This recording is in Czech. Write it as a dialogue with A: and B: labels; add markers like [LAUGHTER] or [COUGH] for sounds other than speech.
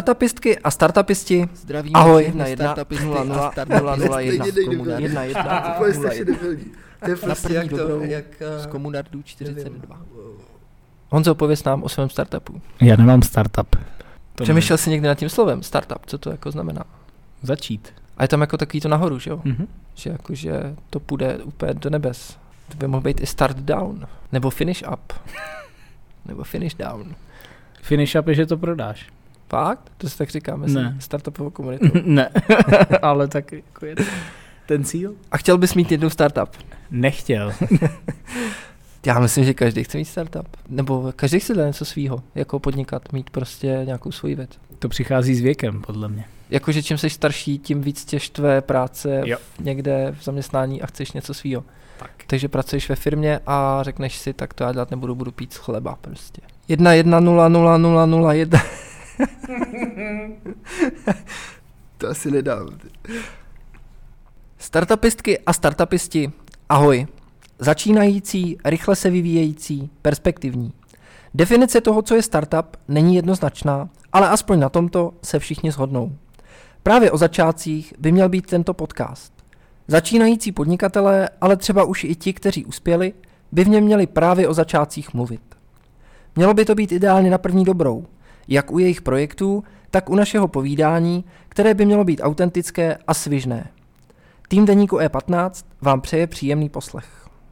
A: Startupistky a startupisti,
B: Zdravíme
A: Ahoj,
B: všechny
A: na jedna, [LAUGHS]
B: startupisty
A: nula,
B: a
A: nula,
B: startupisty.
A: nula, nula, jedna,
C: Stejně nejde
A: komunar,
C: do-
A: jedna,
C: [LAUGHS] To
A: jedna,
C: je
A: nula,
C: strašně
A: jedna.
C: debilní. To je prostě
B: první
C: jak to,
B: dobrou.
C: jak... eh,
B: z Komunardu
C: nevím.
B: 42.
A: Honzo, pověz nám o svém startupu.
D: Já nemám startup. To
A: Přemýšlel jsi někdy nad tím slovem startup, co to jako znamená?
D: můžu Začít.
A: A je tam jako takový to nahoru, že jo?
D: Mhm.
A: Že jakože to půjde úplně do nebes. To by mohl být i start down, nebo finish
D: [LAUGHS]
A: up, nebo finish down.
D: Finish up je, že to prodáš.
A: Fakt? To si tak říkáme ne.
D: Ne.
A: startupovou komunitou.
D: [LAUGHS] ne, ale tak jako je to. ten cíl.
A: [LAUGHS] A chtěl bys mít jednou startup?
D: Nechtěl.
A: Já myslím, že každý chce mít startup. Nebo každý chce dělat něco svýho, jako podnikat, mít prostě nějakou svoji věc.
D: To přichází s věkem, podle mě.
A: Jakože čím jsi starší, tím víc tě štve práce
D: Jo.
A: v, někde v zaměstnání a chceš něco svýho.
D: Tak.
A: Takže pracuješ ve firmě a řekneš si, tak to já dělat nebudu, budu pít z chleba prostě. Jedna, jedna, nula, nula, nula, nula, jedna. [LAUGHS]
C: To asi nedám.
A: Startupistky a startupisti, ahoj. Začínající, rychle se vyvíjející, perspektivní. Definice toho, co je startup, není jednoznačná, ale aspoň na tomto se všichni shodnou. Právě o začátcích by měl být tento podcast. Začínající podnikatelé, ale třeba už i ti, kteří uspěli, by v něm měli právě o začátcích mluvit. Mělo by to být ideálně na první dobrou, jak u jejich projektů, tak u našeho povídání, které by mělo být autentické a svižné. Tým deníku E15 vám E přeje příjemný poslech.